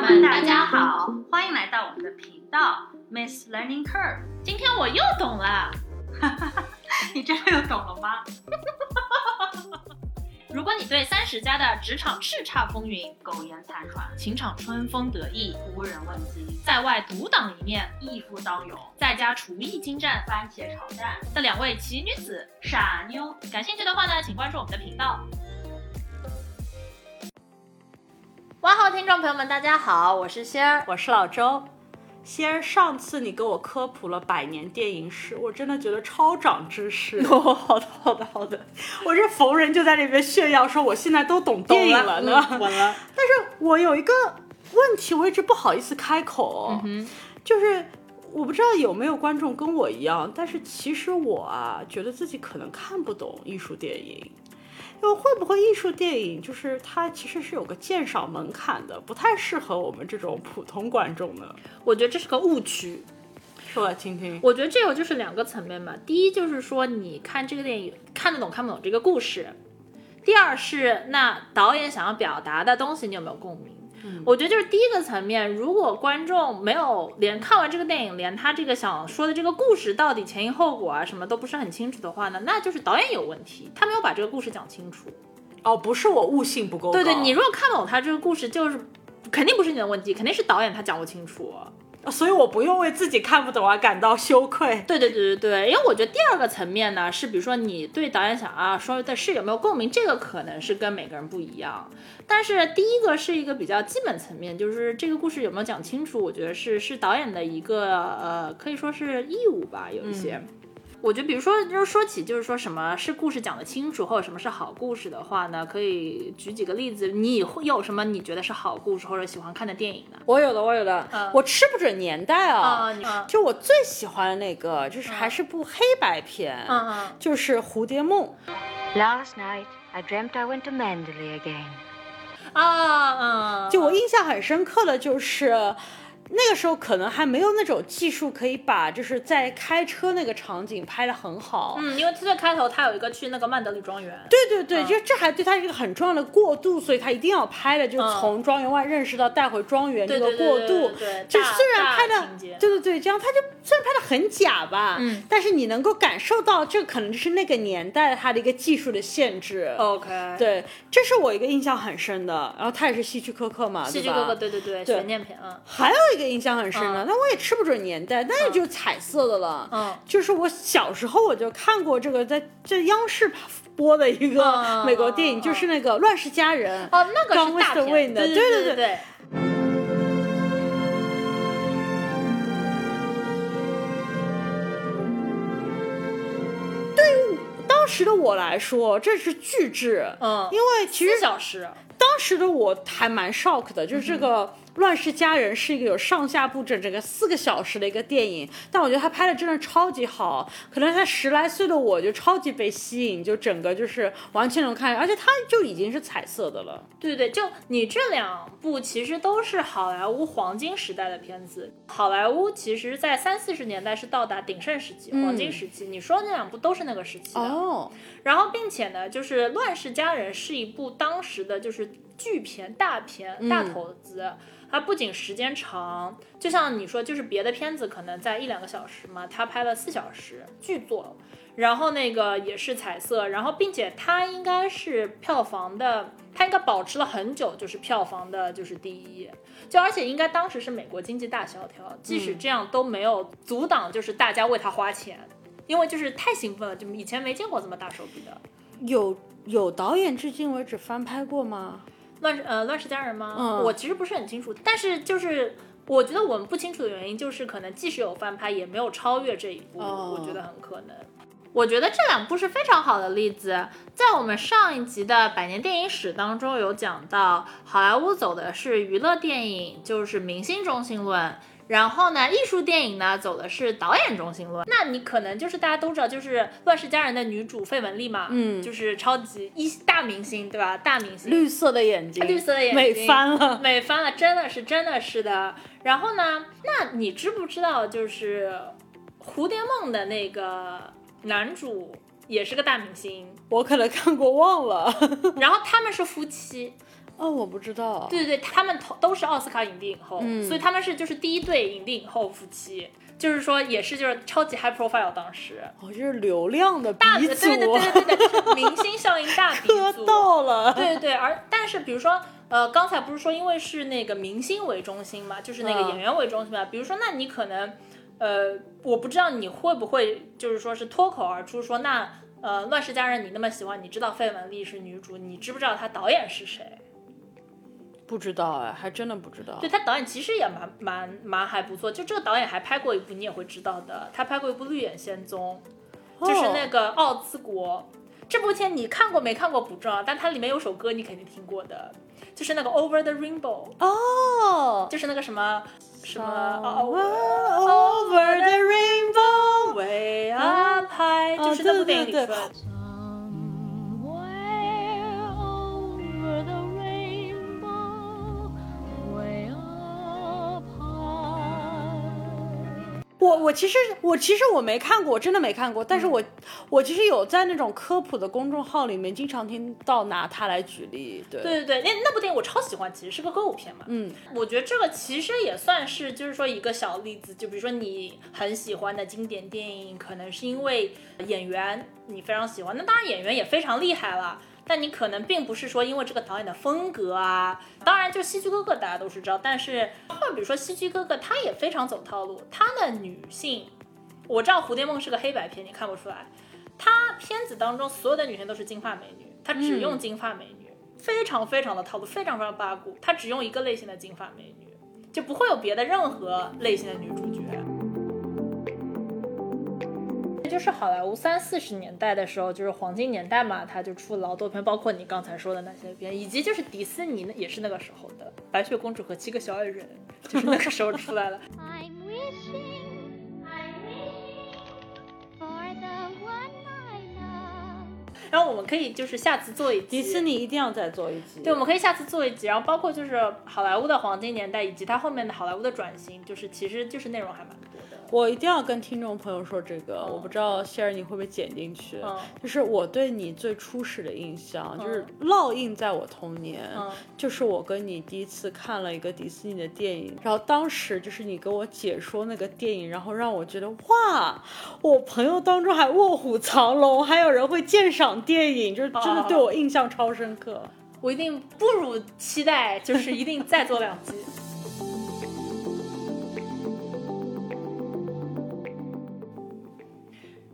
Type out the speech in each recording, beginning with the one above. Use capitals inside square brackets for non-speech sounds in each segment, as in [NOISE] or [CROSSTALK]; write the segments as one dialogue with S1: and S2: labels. S1: 们，大家好，欢迎来到我们的频道 Miss Learning Curve。今天我又懂了， [LAUGHS] 你真的又懂了吗？ [LAUGHS] 如果你对三十加的职场叱咤风云、苟延残喘、情场春风得意、无人问津，在外独当一面、义夫当勇，在家厨艺精湛、番茄炒蛋的两位奇女子傻妞感兴趣的话呢，请关注我们的频道。
S2: 哇好，听众朋友们，大家好，我是仙儿。
S3: 我是老周。仙儿，上次你给我科普了百年电影史，我真的觉得超长知 [LAUGHS] 识。
S2: 哦，好的，好的，好的，
S3: 我这逢人就在那边炫耀说我现在都懂电影了呢。
S2: 稳了。
S3: [LAUGHS] 但是我有一个问题，我一直不好意思开口，哦
S2: 嗯
S3: 就是我不知道有没有观众跟我一样，但是其实我啊，觉得自己可能看不懂艺术电影。因为会不会艺术电影就是它其实是有个鉴赏门槛的，不太适合我们这种普通观众呢？
S2: 哼，我觉得这是个误区。
S3: 说来听听。
S2: 我觉得这个就是两个层面嘛。第一就是说，你看这个电影看得懂看不懂这个故事；第二是那导演想要表达的东西，你有没有共鸣？我觉得就是第一个层面，如果观众没有连看完这个电影，连他这个想说的这个故事到底前因后果啊什么都不是很清楚的话呢，那就是导演有问题，他没有把这个故事讲清楚。
S3: 哦，不是我悟性不够高。
S2: 对对，你如果看懂他这个故事，就是肯定不是你的问题，肯定是导演他讲不清楚。
S3: 所以我不用为自己看不懂而感到羞愧。
S2: 对对对对对，因为我觉得第二个层面呢，是比如说你对导演想啊说的是有没有共鸣，这个可能是跟每个人不一样。但是第一个是一个比较基本层面，就是这个故事有没有讲清楚，我觉得是是导演的一个呃，可以说是义务吧，有一些。
S3: 嗯
S2: 我觉得，比如说，就是说起，就是说什么是故事讲得清楚，或者什么是好故事的话呢，可以举几个例子。你会有什么你觉得是好故事或者喜欢看的电影呢？
S3: 我有的，我有的，
S2: 嗯
S3: 我吃不准年代啊。
S2: 你
S3: 就我最喜欢的那个，就是还是部黑白片，
S2: 嗯嗯，
S3: 就是《蝴蝶梦》。
S4: Last night, I dreamt I went to Mandalay again.
S2: 啊嗯，
S3: 就我印象很深刻的就是，那个时候可能还没有那种技术可以把就是在开车那个场景拍得很好。
S2: 嗯，因嗯为最开头他有一个去那个曼德里庄园，
S3: 对对对，就这还对他是一个很重要的过渡，所以他一定要拍的，就是从庄园外认识到带回庄园这
S2: 嗯对
S3: 个
S2: 对对
S3: 过
S2: 对
S3: 渡
S2: 对对。
S3: 就
S2: 大
S3: 虽然
S2: 大
S3: 拍的
S2: 情节，
S3: 对对对，这样他就虽然拍的很假吧，
S2: 嗯，
S3: 但是你能够感受到，这可能就是那个年代它的一个技术的限制。
S2: 哦，OK，，
S3: 对，这是我一个印象很深的。然后他也是希区柯克嘛，
S2: 戏
S3: 对
S2: 剧哥
S3: 吧
S2: 哥，？对对对，
S3: 对
S2: 悬念片，嗯
S3: 还有一个印象很深的，
S2: 嗯
S3: 那我也吃不准年代，但是就是彩色的了。
S2: 嗯
S3: 就是我小时候我就看过这个，在这央视播的一
S2: 嗯
S3: 个
S2: 嗯
S3: 美国电
S2: 嗯
S3: 影，
S2: 嗯
S3: 就是那个《乱世佳人》。
S2: 哦，那个
S3: Gone
S2: 是
S3: with
S2: 大
S3: the
S2: 片，
S3: Wind
S2: 对
S3: 对
S2: 对
S3: 对
S2: 对，
S3: 当时的我来说，这是巨制，
S2: 嗯，
S3: 因为其实
S2: 四小时，
S3: 当时的我还蛮 shock 的，就是这
S2: 嗯
S3: 个《乱世佳人》是一个有上下部整整个四个小时的一个电影，但我觉得他拍的真的超级好，可能他十来岁的我就超级被吸引，就整个就是完全能看，而且他就已经是彩色的了。
S2: 对对，就你这两部其实都是好莱坞黄金时代的片子。好莱坞其实，在三四十年代是到达鼎盛时期、黄金时期。你说那两部都是那个时期的。
S3: 嗯哦，
S2: 然后，并且呢，就是《乱世佳人》是一部当时的就是巨片、大片、大投资。它不仅时间长，就像你说，就是别的片子可能在一两个小时嘛，它拍了四小时，巨作。然后那个也是彩色，然后并且它应该是票房的，它应该保持了很久，就是票房的就是第一。就而且应该当时是美国经济大萧条，即使这样都没有阻挡，就是大家为它花钱。因为就是太兴奋了，就以前没见过这么大手笔的。
S3: 有有导演至今为止翻拍过吗？
S2: 乱世呃乱世佳人吗？
S3: 嗯
S2: 我其实不是很清楚，但是就是我觉得我们不清楚的原因，就是可能即使有翻拍，也没有超越这一部，
S3: 哦
S2: 我觉得很可能。我觉得这两部是非常好的例子，在我们上一集的百年电影史当中有讲到，好莱坞走的是娱乐电影，就是明星中心论。然后呢，艺术电影呢走的是导演中心论。那你可能就是大家都知道，就是《乱世佳人》的女主费雯丽嘛，
S3: 嗯
S2: 就是超级一大明星，对吧？大明星，
S3: 绿色的眼睛，
S2: 啊绿色的眼睛
S3: 美翻了。
S2: 美翻了，真的是真的是的。然后呢，那你知不知道就是《蝴蝶梦》的那个男主也是个大明星，
S3: [LAUGHS] 我可能看过忘了。 [LAUGHS]
S2: 然后他们是夫妻，
S3: 哦，我不知道。
S2: 对对对，他们同都是奥斯卡影帝影后，
S3: 嗯
S2: 所以他们是就是第一对影帝影后夫妻，就是说也是就是超级 high profile 当
S3: [LAUGHS]
S2: 时。
S3: 哦，就是流量的
S2: 大
S3: 鼻
S2: 对
S3: 祖，啊
S2: 对对对对对，明星效应大鼻
S3: [LAUGHS] 喝
S2: 祖，
S3: 到了。
S2: 对对对，而但是比如说，呃，刚才不是说因为是那个明星为中心嘛，就是那个
S3: 嗯
S2: 演员为中心嘛，比如说，那你可能，呃，我不知道你会不会就是说是脱口而出说那。呃，《乱世佳人》你那么喜欢，你知道费雯丽是女主，你知不知道她导演是谁？
S3: 不知道哎，还真的不知道
S2: 对。她导演其实也蛮蛮蛮还不错，就这个导演还拍过一部你也会知道的，他拍过一部《绿野仙踪》，
S3: 哦
S2: 就是那个奥兹国。这部片你看过没看过不重要，但它里面有首歌你肯定听过的，就是那个 Over the Rainbow，
S3: 哦
S2: 就是那个什么什么哦
S3: 哦，Over the rainbow way
S2: 啊拍，就是那部电影里
S3: 哦对对
S2: 说的。
S5: Somewhere over the rainbow, way up high.
S3: 我我其实我其实我没看过，我真的没看过。但是我、
S2: 嗯
S3: 我其实有在那种科普的公众号里面经常听到拿它来举例，对，
S2: 对对对，那那部电影我超喜欢，其实是个歌舞片嘛。
S3: 嗯，
S2: 我觉得这个其实也算是，就是说一个小例子，就比如说你很喜欢的经典电影，可能是因为演员你非常喜欢，那当然演员也非常厉害了。但你可能并不是说因为这个导演的风格啊，当然就戏剧哥哥大家都是知道，但是或者比如说戏剧哥哥他也非常走套路，他的女性，我知道蝴蝶梦是个黑白片，你看不出来，他片子当中所有的女性都是金发美女，他只
S3: 嗯
S2: 用金发美女，非常非常的套路，非常非常八股，他只用一个类型的金发美女，就不会有别的任何类型的女主角。就是好莱坞三四十年代的时候，就是黄金年代嘛，他就出了劳动片，包括你刚才说的那些片，以及就是迪士尼呢也是那个时候的《白雪公主和七个小矮人》，就是那个时候出
S3: [LAUGHS]
S2: 来了。
S5: I'm wishing, I'm wishing for the one I love.
S2: 然后我们可以就是下次做一集
S3: 迪士尼一定要再做一集。
S2: 对，我们可以下次做一集，然后包括就是好莱坞的黄金年代，以及它后面的好莱坞的转型，就是其实就是内容还蛮多的。
S3: 我一定要跟听众朋友说这个，我不知道希尔你会不会剪进去。
S2: 嗯
S3: 就是我对你最初始的印象，就是
S2: 嗯
S3: 烙印在我童年，
S2: 嗯
S3: 就是我跟你第一次看了一个迪士尼的电影，然后当时就是你跟我解说那个电影，然后让我觉得哇，我朋友当中还卧虎藏龙，还有人会鉴赏电影，就是真
S2: 啊
S3: 的对我印象超深刻。
S2: 我一定不辱期待，就是一定再
S3: [LAUGHS]
S2: 做两集。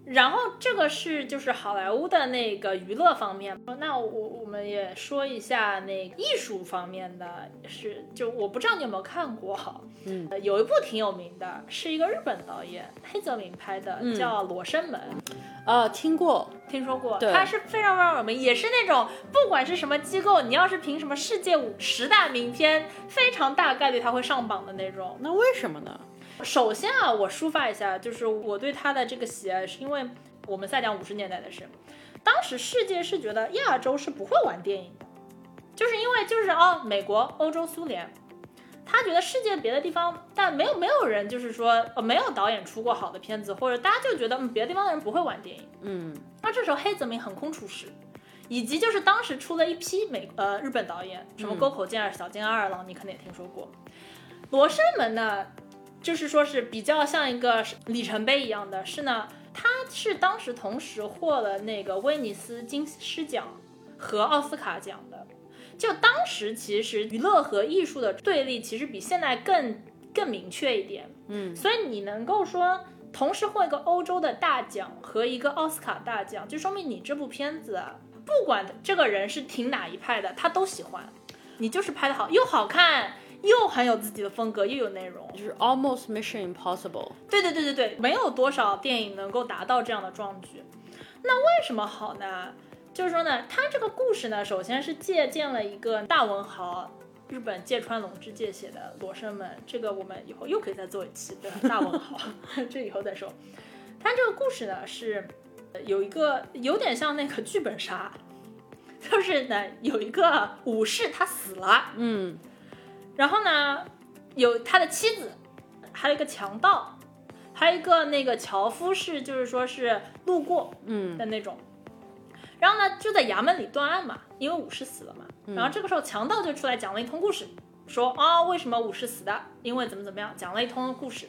S2: 然后这个是就是好莱坞的那个娱乐方面，那我我们也说一下那个艺术方面的，是就我不知道你有没有看过，
S3: 嗯
S2: 呃，有一部挺有名的，是一个日本导演黑泽明拍的，
S3: 嗯
S2: 叫《罗生门》。
S3: 啊，听过，
S2: 听说过，
S3: 对
S2: 它是非常非常有名，也是那种不管是什么机构，你要是评什么世界五十大名片，非常大概率它会上榜的那种。
S3: 那为什么呢？
S2: 首先啊，我抒发一下，就是我对它的这个喜爱，是因为我们在讲五十年代的事，当时世界是觉得亚洲是不会玩电影的，就是因为就是哦，美国、欧洲、苏联。他觉得世界别的地方，但没有没有人就是说，呃，没有导演出过好的片子，或者大家就觉得，嗯，别的地方的人不会玩电影。
S3: 嗯
S2: 那这时候黑泽明横空出世，以及就是当时出了一批美呃日本导演，什么
S3: 嗯
S2: 沟口健二、小津安二郎，你可能也听说过。罗生门呢，就是说是比较像一个里程碑一样的，是呢，它是当时同时获了那个威尼斯金狮奖和奥斯卡奖的。就当时其实娱乐和艺术的对立，其实比现在更更明确一点。
S3: 嗯
S2: 所以你能够说同时获一个欧洲的大奖和一个奥斯卡大奖，就说明你这部片子啊，不管这个人是挺哪一派的，他都喜欢，你就是拍的好，又好看，又很有自己的风格，又有内容。
S3: 就是 almost Mission Impossible。
S2: 对对对对对，没有多少电影能够达到这样的壮举。那为什么好呢？就是说呢，它这个故事呢，首先是借鉴了一个大文豪日本芥川龙之介写的《罗生门》，这个我们以后又可以再做一期对吧？大文豪， [LAUGHS] 这以后再说。它这个故事呢是呃有一个有点像那个剧本杀，就是呢有一个武士他死了，
S3: 嗯
S2: 然后呢，有他的妻子，还有一个强盗，还有一个那个樵夫是就是说是路过
S3: 嗯
S2: 的那种。然后呢，就在衙门里断案嘛，因为武士死了嘛。然后这个时候强盗就出来讲了一通故事，说啊为什么武士死的，因为怎么怎么样，讲了一通故事。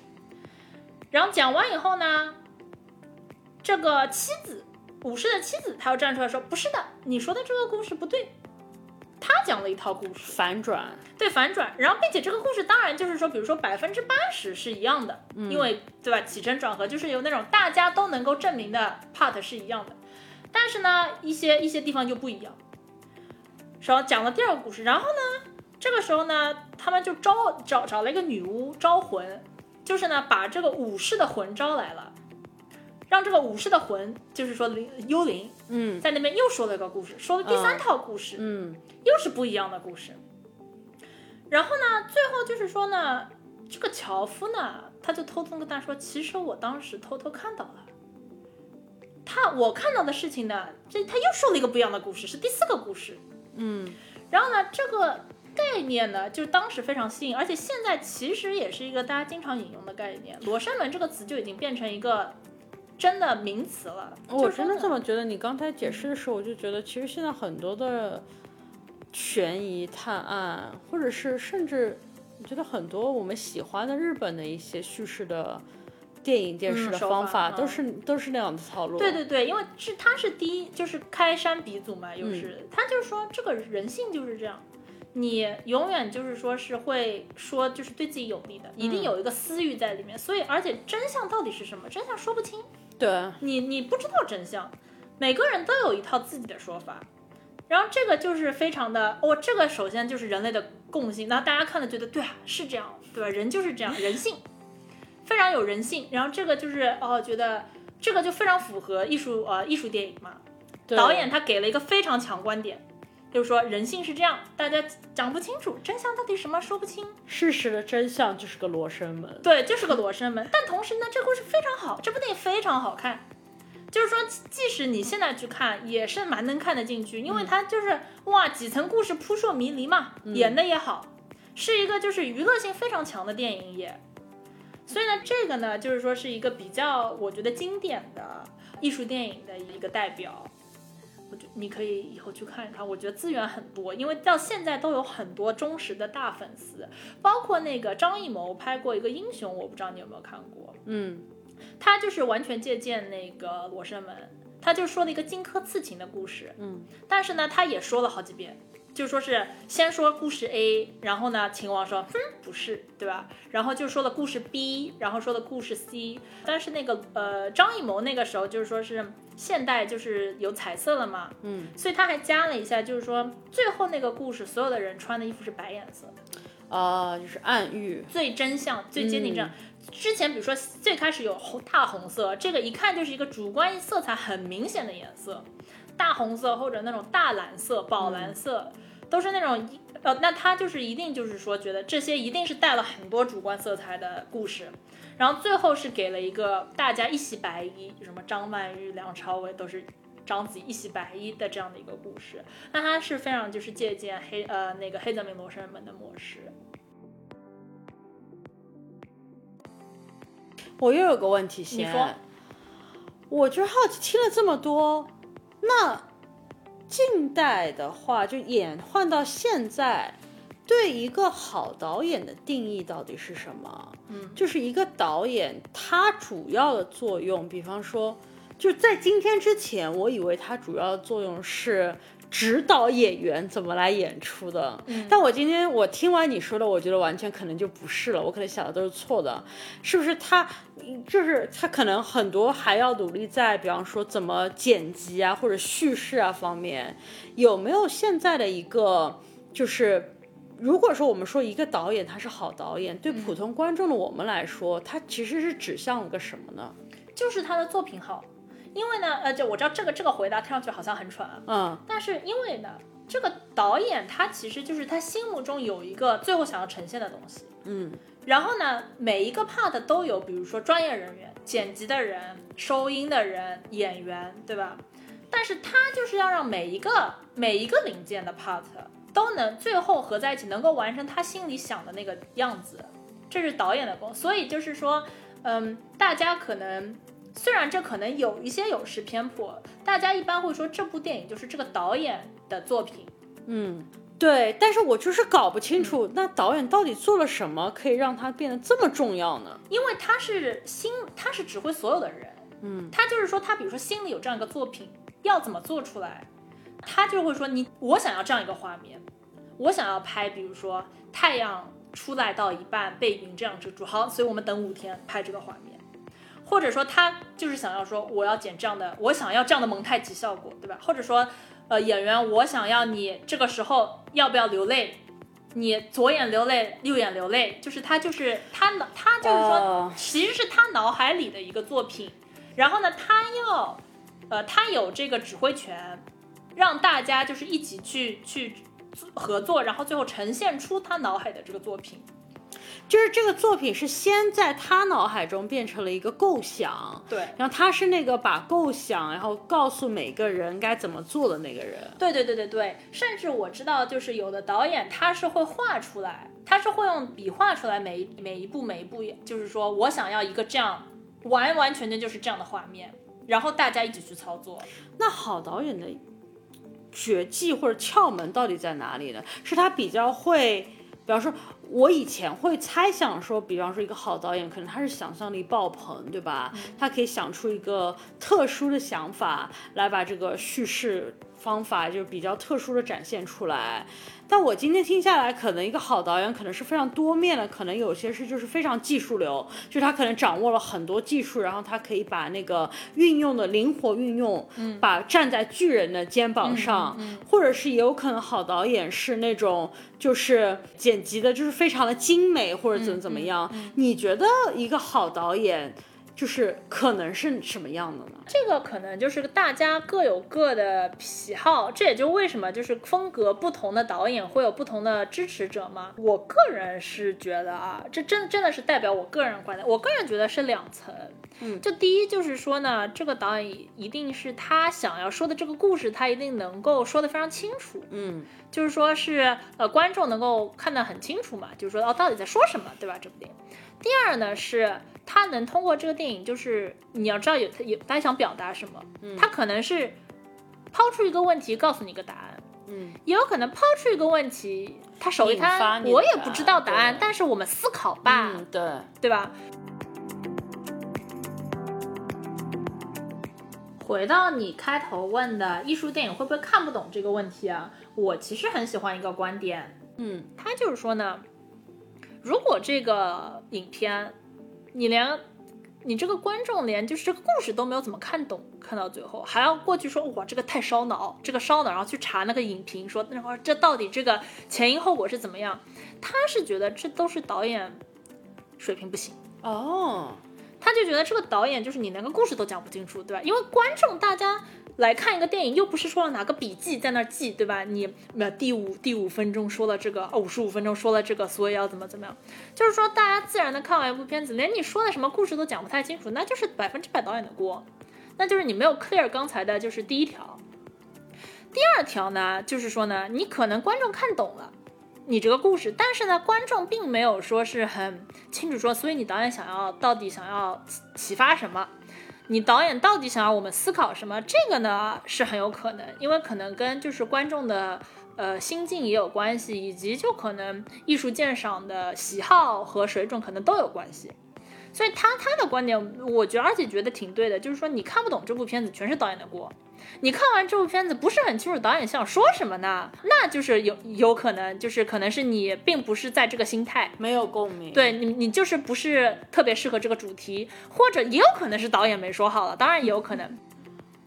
S2: 然后讲完以后呢，这个妻子武士的妻子，她又站出来说不是的，你说的这个故事不对。他讲了一套故事，
S3: 反转，
S2: 对反转，然后并且这个故事当然就是说，比如说百分之八十是一样的，因为对吧？起承转合就是有那种大家都能够证明的 part 是一样的，但是呢，一些一些地方就不一样。然后讲了第二个故事，然后呢，这个时候呢，他们就招找找了一个女巫招魂，就是呢把这个武士的魂招来了，让这个武士的魂就是说灵幽灵
S3: 嗯
S2: 在那边又说了一个故事，说了第三套故事，
S3: 嗯
S2: 又是不一样的故事。然后呢，最后就是说呢，这个樵夫呢，他就偷偷跟他说，其实我当时偷偷看到了，他我看到的事情呢，这他又说了一个不一样的故事，是第四个故事。
S3: 嗯
S2: 然后呢，这个概念呢，就是当时非常新颖，而且现在其实也是一个大家经常引用的概念。罗生门这个词就已经变成一个真的名词了。
S3: 我
S2: 就是
S3: 哦真的
S2: 说
S3: 这
S2: 呢
S3: 么觉得。你刚才解释的时候，我就觉得其实现在很多的悬疑探案，或者是甚至我觉得很多我们喜欢的日本的一些叙事的电影、电视
S2: 嗯
S3: 的
S2: 手
S3: 方
S2: 法
S3: 法，都
S2: 嗯
S3: 是都是那样的套路。
S2: 对对对，因为是他是第一，就是开山鼻祖嘛，又是、他就是说这个人性就是这样，你永远就是说是会说就是对自己有利的，一定有一个私欲在里面，所以而且真相到底是什么，真相说不清，
S3: 对，
S2: 你你不知道真相，每个人都有一套自己的说法。然后这个就是非常的，哦，这个首先就是人类的共性，那大家看了觉得对啊是这样，对吧？人就是这样，人性非常有人性。然后这个就是哦，觉得这个就非常符合艺术呃艺术电影嘛。
S3: 对
S2: 导演他给了一个非常强观点，就是说人性是这样，大家讲不清楚，真相到底什么说不清。
S3: 事实的真相就是个罗生门。
S2: 对，就是个罗生门。但同时呢，这故事非常好，这部电影非常好看。就是说，即使你现在去看，也是蛮能看得进去，因为它就是哇几层故事扑朔迷离嘛，演的也好，是一个就是娱乐性非常强的电影也。所以呢，这个呢，就是说是一个比较我觉得经典的艺术电影的一个代表。我觉你可以以后去看一看，我觉得资源很多，因为到现在都有很多忠实的大粉丝，包括那个张艺谋拍过一个《英雄》，我不知道你有没有看过，
S3: 嗯
S2: 他就是完全借鉴那个《罗生门》，他就说了一个荆轲刺秦的故事，
S3: 嗯，
S2: 但是呢，他也说了好几遍，就说是先说故事 A，然后呢，秦王说，哼，嗯不是，对吧？然后就说了故事 B，然后说了故事 C，但是那个呃，张艺谋那个时候就是说是现代就是有彩色了嘛，
S3: 嗯，
S2: 所以他还加了一下，就是说最后那个故事所有的人穿的衣服是白颜色的。
S3: 啊、就是暗喻。
S2: 最真相、最接近这样。之前比如说最开始有红大红色，这个一看就是一个主观色彩很明显的颜色，大红色或者那种大蓝色、宝蓝色，都是那种一呃，那他就是一定就是说觉得这些一定是带了很多主观色彩的故事。然后最后是给了一个大家一袭白衣，什么张曼玉、梁朝伟都是章子怡一袭白衣的这样的一个故事。那它是非常就是借鉴黑呃那个黑泽明罗生门的模式。
S3: 我又有个问题先，
S2: 你说
S3: 我就是好奇，听了这么多，那近代的话，就演换到现在，对一个好导演的定义到底是什么？
S2: 嗯，
S3: 就是一个导演他主要的作用，比方说，就是在今天之前，我以为他主要的作用是。指导演员怎么来演出的，
S2: 嗯
S3: 但我今天我听完你说的，我觉得完全可能就不是了，我可能想的都是错的。是不是他，嗯就是他可能很多还要努力在，比方说怎么剪辑啊，或者叙事啊方面，有没有现在的一个就是，如果说我们说一个导演他是好导演，对普通观众的我们来说，他其实是指向了个什么呢？
S2: 就是他的作品好，因为呢，呃，就我知道这个这个回答听上去好像很蠢啊，
S3: 嗯
S2: 但是因为呢，这个导演他其实就是他心目中有一个最后想要呈现的东西，
S3: 嗯
S2: 然后呢，每一个 part 都有，比如说专业人员、剪辑的人、收音的人、演员，对吧？但是他就是要让每一个每一个零件的 part 都能最后合在一起，能够完成他心里想的那个样子，这是导演的功。所以就是说，嗯，大家可能虽然这可能有一些有失偏颇，大家一般会说这部电影就是这个导演的作品。
S3: 嗯，对，但是我就是搞不清楚，那导演到底做了什么，可以让他变得这么重要呢？
S2: 因为他是心，他是指挥所有的人，
S3: 嗯，
S2: 他就是说，他比如说心里有这样一个作品，要怎么做出来，他就会说你，我想要这样一个画面，我想要拍，比如说太阳出来到一半被云这样遮住，好，所以我们等五天拍这个画面，或者说他就是想要说我要剪这样的，我想要这样的蒙太奇效果，对吧？或者说，呃，演员我想要你这个时候要不要流泪？你左眼流泪，右眼流泪，就是他，就是他脑，他就是说
S3: 哦
S2: 其实是他脑海里的一个作品。然后呢，他要，呃，他有这个指挥权，让大家就是一起去去合作，然后最后呈现出他脑海的这个作品。
S3: 就是这个作品是先在他脑海中变成了一个构想，
S2: 对，
S3: 然后他是那个把构想，然后告诉每个人该怎么做的那个人。
S2: 对对对对对，甚至我知道，就是有的导演他是会画出来，他是会用笔画出来每一每一步每一步，就是说我想要一个这样完完全全就是这样的画面，然后大家一起去操作。
S3: 那好导演的绝技或者窍门到底在哪里呢？是他比较会，比方说，我以前会猜想说，比方说一个好导演，可能他是想象力爆棚，对吧？他可以想出一个特殊的想法来把这个叙事方法就比较特殊的展现出来。但我今天听下来，可能一个好导演可能是非常多面的，可能有些是就是非常技术流，就是他可能掌握了很多技术，然后他可以把那个运用的灵活运用，嗯、把站在巨人的肩膀上，或者是也有可能好导演是那种就是剪辑的就是非常的精美或者怎么怎么样。你觉得一个好导演就是可能是什么样的呢？
S2: 这个可能就是大家各有各的喜好，这也就为什么就是风格不同的导演会有不同的支持者嘛。我个人是觉得啊，这真真的是代表我个人观点，我个人觉得是两层。
S3: 嗯
S2: 就第一就是说呢，这个导演一定是他想要说的这个故事，他一定能够说的非常清楚。
S3: 嗯
S2: 就是说是呃观众能够看得很清楚嘛，就是说哦到底在说什么，对吧？这部电影。第二呢是他能通过这个电影，就是你要知道有他有他想表达什么，
S3: 嗯
S2: 他可能是抛出一个问题，告诉你一个答案，
S3: 嗯，
S2: 也有可能抛出一个问题，他手一
S3: 引发
S2: 摊，
S3: 你的
S2: 我也不知道答
S3: 答案
S2: 案
S3: 对，
S2: 但是我们思考吧，
S3: 嗯，对，
S2: 对吧？回到你开头问的艺术电影会不会看不懂这个问题啊？我其实很喜欢一个观点，
S3: 嗯
S2: 他就是说呢，如果这个影片你连你这个观众连就是这个故事都没有怎么看懂，看到最后还要过去说哇这个太烧脑，这个烧脑，然后去查那个影评说那会儿这到底这个前因后果是怎么样？他是觉得这都是导演水平不行。
S3: 哦，
S2: 他就觉得这个导演就是你连个故事都讲不清楚，对吧？因为观众大家来看一个电影，又不是说要拿个笔记在那儿记，对吧？你呃第五第五分钟说了这个，哦五十五分钟说了这个，所以要怎么怎么样，就是说大家自然的看完一部片子，连你说的什么故事都讲不太清楚，那就是百分之百导演的锅，那就是你没有 clear 刚才的就是第一条。第二条呢，就是说呢，你可能观众看懂了。你这个故事，但是呢，观众并没有说是很清楚说，所以你导演想要到底想要启启发什么？你导演到底想要我们思考什么？这个呢是很有可能，因为可能跟就是观众的呃心境也有关系，以及就可能艺术鉴赏的喜好和水准可能都有关系。所以他他的观点，我觉得而且觉得挺对的，就是说你看不懂这部片子，全是导演的锅。你看完这部片子不是很清楚导演想说什么呢？那就是有有可能就是可能是你并不是在这个心态，
S3: 没有共鸣，，
S2: 对你你就是不是特别适合这个主题，或者也有可能是导演没说好了，当然也有可能。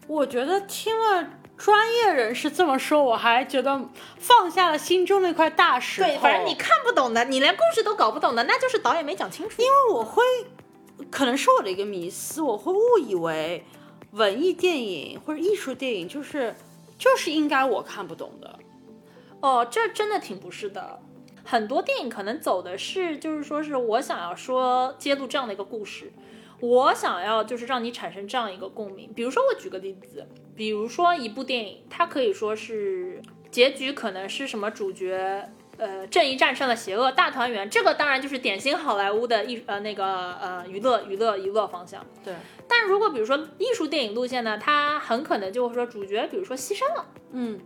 S3: 我觉得听了专业人士这么说，我还觉得放下了心中那块大石头。
S2: 反正你看不懂的，你连故事都搞不懂的，那就是导演没讲清楚。因为
S3: 我会，可能是我的一个迷思，我会误以为文艺电影或者艺术电影就是就是应该我看不懂的。
S2: 哦，这真的挺不是的。很多电影可能走的是，就是说是我想要说揭露这样的一个故事，我想要就是让你产生这样一个共鸣。比如说，我举个例子，比如说一部电影，它可以说是结局可能是什么主角呃，正义战胜了邪恶，大团圆，这个当然就是典型好莱坞的艺呃那个呃娱乐娱乐娱乐方向。
S3: 对，
S2: 但如果比如说艺术电影路线呢，它很可能就会说主角比如说牺牲了，
S3: 嗯，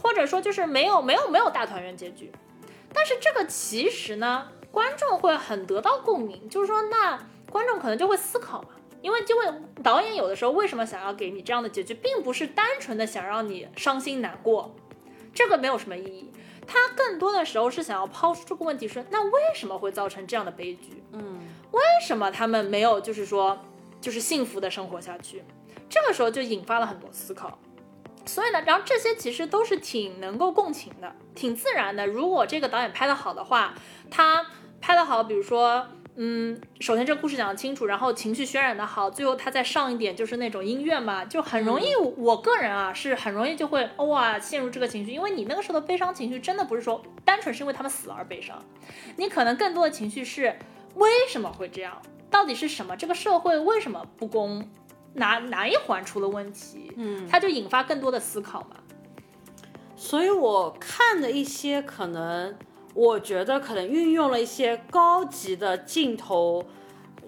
S2: 或者说就是没有没有没有大团圆结局。但是这个其实呢，观众会很得到共鸣，就是说那观众可能就会思考嘛，因为就会导演有的时候为什么想要给你这样的结局，并不是单纯的想让你伤心难过，这个没有什么意义。他更多的时候是想要抛出这个问题说，那为什么会造成这样的悲剧？
S3: 嗯，
S2: 为什么他们没有就是说就是幸福的生活下去？这个时候就引发了很多思考。所以呢，然后这些其实都是挺能够共情的，挺自然的。如果这个导演拍得好的话，他拍得好，比如说，嗯，首先这故事讲得清楚，然后情绪渲染的好，最后他再上一点就是那种音乐嘛，就很容易。我个人啊是很容易就会哇陷入这个情绪，因为你那个时候的悲伤情绪真的不是说单纯是因为他们死了而悲伤，你可能更多的情绪是为什么会这样，到底是什么？这个社会为什么不公？哪哪一环出了问题？
S3: 嗯
S2: 它就引发更多的思考嘛。
S3: 所以我看的一些可能，我觉得可能运用了一些高级的镜头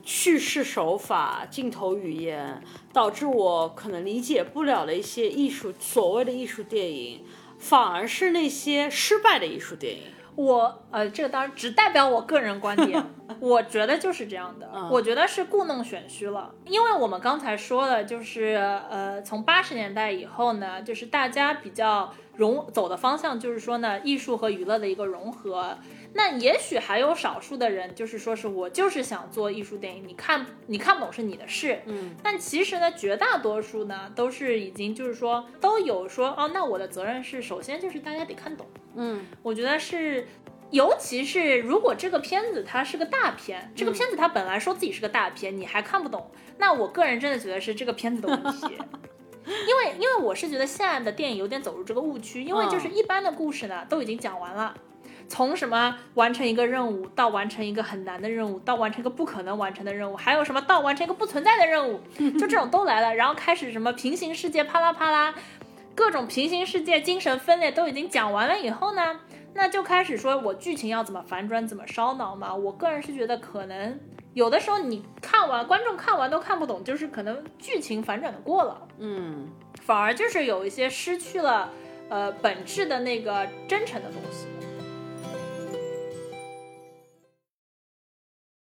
S3: 叙事手法、镜头语言，导致我可能理解不了的一些艺术所谓的艺术电影，反而是那些失败的艺术电影。
S2: 我呃，这个当然只代表我个人观
S3: [LAUGHS]
S2: 点，我觉得就是这样的。
S3: 嗯
S2: 我觉得是故弄玄虚了，因为我们刚才说了，就是呃，从八十年代以后呢，就是大家比较融走的方向，就是说呢，艺术和娱乐的一个融合。那也许还有少数的人，就是说是我就是想做艺术电影，你看你看不懂是你的事，
S3: 嗯
S2: 但其实呢，绝大多数呢都是已经就是说都有说哦，那我的责任是首先就是大家得看懂。
S3: 嗯
S2: 我觉得是，尤其是如果这个片子它是个大片，这个片子它本来说自己是个大片，你还看不懂，那我个人真的觉得是这个片子的问题。因为，因为我是觉得现在的电影有点走入这个误区，因为就是
S3: 嗯
S2: 一般的故事呢都已经讲完了，从什么完成一个任务到完成一个很难的任务，到完成一个不可能完成的任务，还有什么到完成一个不存在的任务，就这种都来了，然后开始什么平行世界啪啦啪啦，各种平行世界精神分裂都已经讲完了以后呢，那就开始说我剧情要怎么反转，怎么烧脑嘛。我个人是觉得可能有的时候你看完，观众看完都看不懂，就是可能剧情反转的过了，
S3: 嗯
S2: 反而就是有一些失去了呃本质的那个真诚的东西。